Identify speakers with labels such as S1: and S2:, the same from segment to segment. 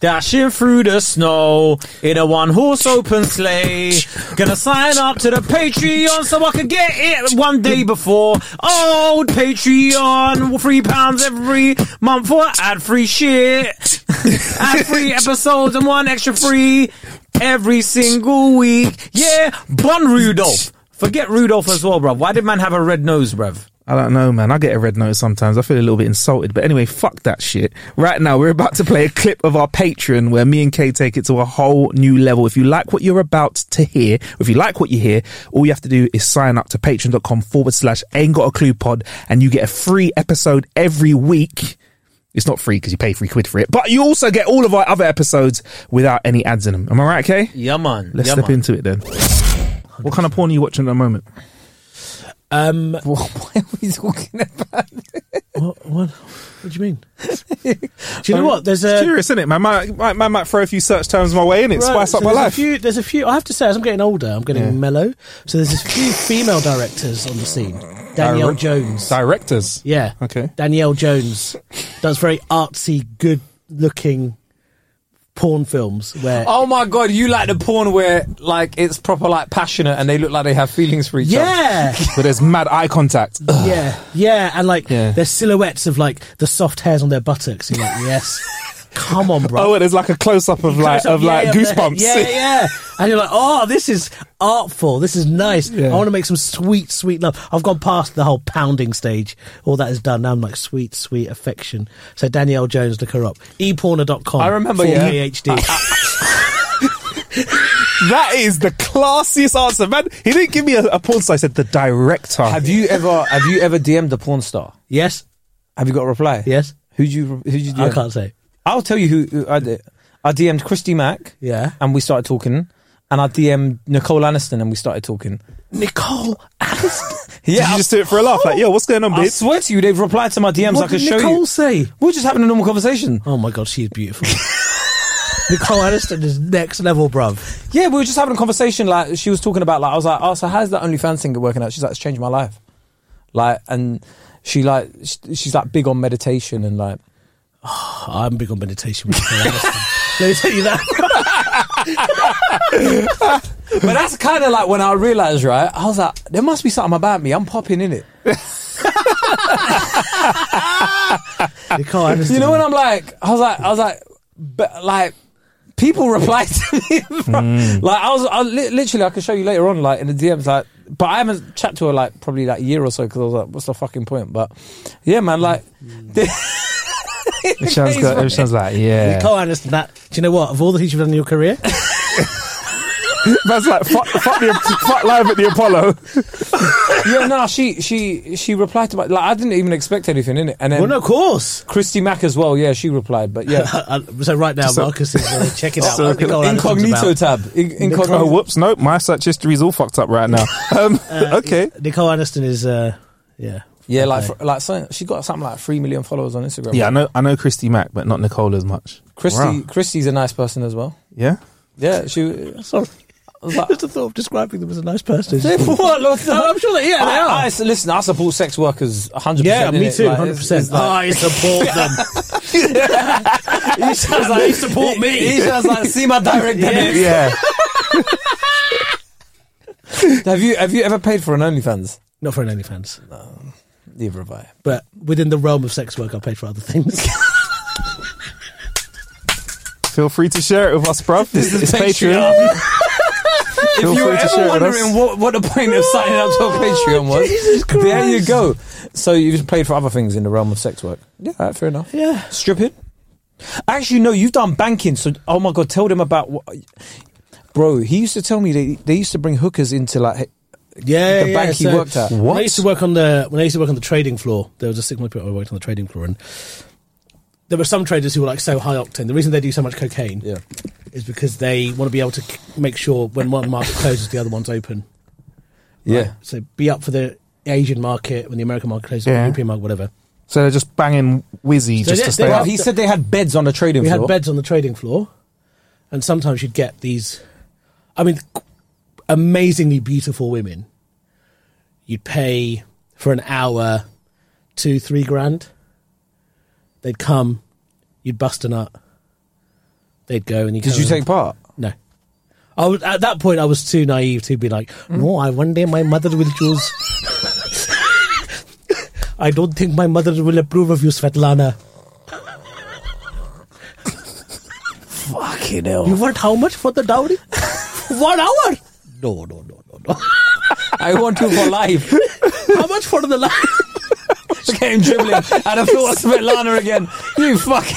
S1: Dashing through the snow in a one horse open sleigh. Gonna sign up to the Patreon so I can get it one day before. Old Patreon, three pounds every month for ad free shit. ad free episodes and one extra free every single week. Yeah, Bon Rudolph. Forget Rudolph as well, bruv. Why did man have a red nose, bruv?
S2: I don't know, man. I get a red note sometimes. I feel a little bit insulted. But anyway, fuck that shit. Right now, we're about to play a clip of our Patreon where me and Kay take it to a whole new level. If you like what you're about to hear, if you like what you hear, all you have to do is sign up to patreon.com forward slash ain't got a clue pod and you get a free episode every week. It's not free because you pay three quid for it, but you also get all of our other episodes without any ads in them. Am I right, Kay?
S1: Yeah, man.
S2: Let's
S1: yeah,
S2: step
S1: man.
S2: into it then. What kind of porn are you watching at the moment?
S3: Um,
S2: What, why are we talking about?
S3: what, what, what do you mean? do you know what? There's a
S2: Um, curious, isn't it? Man might, might, man might throw a few search terms my way in it,
S3: Right,
S2: spice up
S3: so
S2: my
S3: there's
S2: life.
S3: A few, there's a few. I have to say, as I'm getting older, I'm getting
S2: Yeah.
S3: mellow. So there's a few female directors on the scene. Danielle
S2: Direct-
S3: Jones.
S2: Directors.
S3: yeah.
S2: Okay.
S3: Danielle Jones does very artsy, good-looking porn films where
S4: Oh my god, you like the porn where like it's proper like passionate and they look like they have feelings for each other.
S3: yeah,
S2: But there's mad eye contact. Ugh.
S3: yeah, yeah, and like
S2: Yeah.
S3: there's silhouettes of like the soft hairs on their buttocks. You're like, yes, come on, bro.
S2: Oh, and there's like a close up of like
S3: Close up,
S2: of
S3: yeah,
S2: like
S3: of the-
S2: goosebumps.
S3: Yeah, yeah, yeah. And you're like, oh, this is artful. This is nice. I want to make some sweet, sweet love. I've gone past the whole pounding stage. All that is done. Now I'm like sweet, sweet affection. So Danielle Jones, look her up. E eporner.com.
S4: I remember,
S3: for
S4: yeah.
S3: PhD.
S2: That is the classiest answer, man. He didn't give me a, a porn star. He said the director.
S4: Have you ever have you ever DM'd a porn star?
S3: yes,
S4: Have you got a reply?
S3: yes.
S4: Who'd you who'd you DM?
S3: I can't say.
S4: I'll tell you who, who I did. I DM'd Christy Mack.
S3: Yeah.
S4: And we started talking. And I DM'd Nicole Aniston and we started talking.
S3: Nicole Aniston.
S4: Yeah.
S2: Did
S4: I-
S2: you just do it for a laugh? Like, yo, what's going on,
S4: I
S2: bitch?
S4: swear to you, they've replied to my DMs. I
S3: what
S4: can
S3: did
S4: show
S3: Nicole
S4: you.
S3: say?
S4: We're just having a normal conversation.
S3: Oh my god, she's beautiful. Nicole Aniston is next level, bruv.
S4: Yeah, we were just having a conversation. Like she was talking about, like I was like, oh, so how's that OnlyFans thing working out? She's like, it's changed my life. Like, and she like, sh- she's like big on meditation and like,
S3: I'm big on meditation with Nicole Aniston. Let me tell you that.
S4: but that's kind of like when I realized, right? I was like, there must be something about me. I'm popping in it.
S3: Nicole Aniston.
S4: You know, when I'm like, I was like, I was like, but like. People reply to me. bro.
S2: Hmm.
S4: Like I was, I li- literally, I could show you later on, like in the DMs, like. But I haven't chat to her like probably like a year or so because I was like, what's the fucking point? But yeah, man, like.
S3: Hmm.
S2: Everyone's got- everyone's like, yeah.
S3: Nicole Aniston, that. Do you know what? Of all the things you've done in your career,
S2: That's like, fuck, fuck, the, fuck live at the Apollo.
S4: yeah, no, she she she replied to my like I didn't even expect anything in it, and then
S3: well, no, of course.
S4: Christy Mack as well. Yeah, she replied, but yeah,
S3: Uh, so right now, Marcus is uh, checking out. what Nicole Aniston's
S4: incognito
S3: about.
S4: tab, in,
S2: Oh,
S4: incognito.
S2: whoops. Nope. My search history is all fucked up right now. Um,
S4: Uh,
S2: okay.
S3: Nicole Aniston is, uh, yeah,
S4: Yeah, like fr- like something, she got something like three million followers on Instagram.
S2: Yeah, I know, I know Christy Mack, but not Nicole as much.
S4: Christy
S2: Wow.
S4: Christy's a nice person as well.
S2: Yeah.
S4: Yeah, she.
S3: sorry.
S4: I was like,
S3: Just the thought of describing them as a nice person.
S4: They- what? Look,
S3: No, I'm sure that yeah, they
S4: I,
S3: are.
S4: I- so listen, I support sex workers 100.
S3: yeah, me too,
S4: Like,
S3: hundred
S4: it's-
S3: percent.
S4: it's like-
S3: I support them.
S4: he sounds like he Oh, support me. He sounds like see my direct debit.
S2: Yeah.
S4: Have you have you ever paid for an OnlyFans?
S3: Not for an OnlyFans,
S4: Neither have I.
S3: but within the realm of sex work, I paid for other things.
S2: Feel free to share it with us, bruv.
S4: This is
S2: It's
S4: Patreon.
S2: Feel
S4: if you were
S2: free to
S4: ever
S2: share with us.
S4: wondering what, what the point of signing up to a Patreon was, there you go. So you've just played for other things in the realm of sex work. Yeah, all right, fair enough.
S3: Yeah.
S4: Stripping? Actually, no, you've done banking. So, oh my God, tell them about what. Bro, he used to tell me they, they used to bring hookers into like.
S3: Yeah,
S4: The
S3: yeah,
S4: bank he worked at.
S3: When
S2: What?
S3: I used to work on the when I used to work on the trading floor. There was a six month period I worked on the trading floor, and there were some traders who were like so high octane. The reason they do so much cocaine
S4: Yeah.
S3: is because they want to be able to k- make sure when one market closes, the other one's open.
S4: Yeah.
S3: So be up for the Asian market when the American market closes,
S2: Yeah.
S3: the European market, whatever.
S2: So they're just banging whizzy just
S3: So yeah,
S2: to
S3: they
S2: stay
S4: Bro,
S2: up.
S3: have-
S4: he said they had beds on the trading
S3: We
S4: floor.
S3: had beds on the trading floor, and sometimes you'd get these. I mean, qu- amazingly beautiful women. You'd pay for an hour, two, three grand. They'd come, you'd bust a nut. They'd go, and you
S4: Did you take part?
S3: no. I was, at that point, I was too naive to be like,
S4: Mm.
S3: no, I one day my mother will choose. I don't think my mother will approve of you, Svetlana.
S4: Fucking hell.
S3: You want how much for the dowry? One hour? No, no, no, no, no.
S4: I want you for life.
S3: How much for the life?
S4: Look at him dribbling. And I thought Svetlana again. You fucking.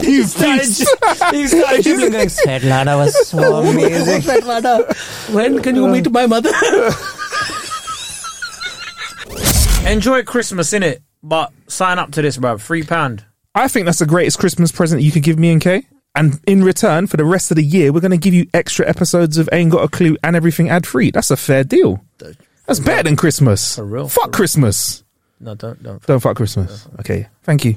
S4: You started, he started dribbling going, Svetlana was so amazing.
S3: when can you meet my mother?
S1: Enjoy Christmas, innit? But sign up to this, bro. Three pound.
S2: I think that's the greatest Christmas present you could give me and Kay. And in return, for the rest of the year, we're going to give you extra episodes of Ain't Got a Clue and everything ad free. That's a fair deal. That's better than Christmas.
S1: For real,
S2: Fuck
S1: for real.
S2: Christmas.
S1: No, don't, don't.
S2: Don't fuck Christmas. Okay. Thank you.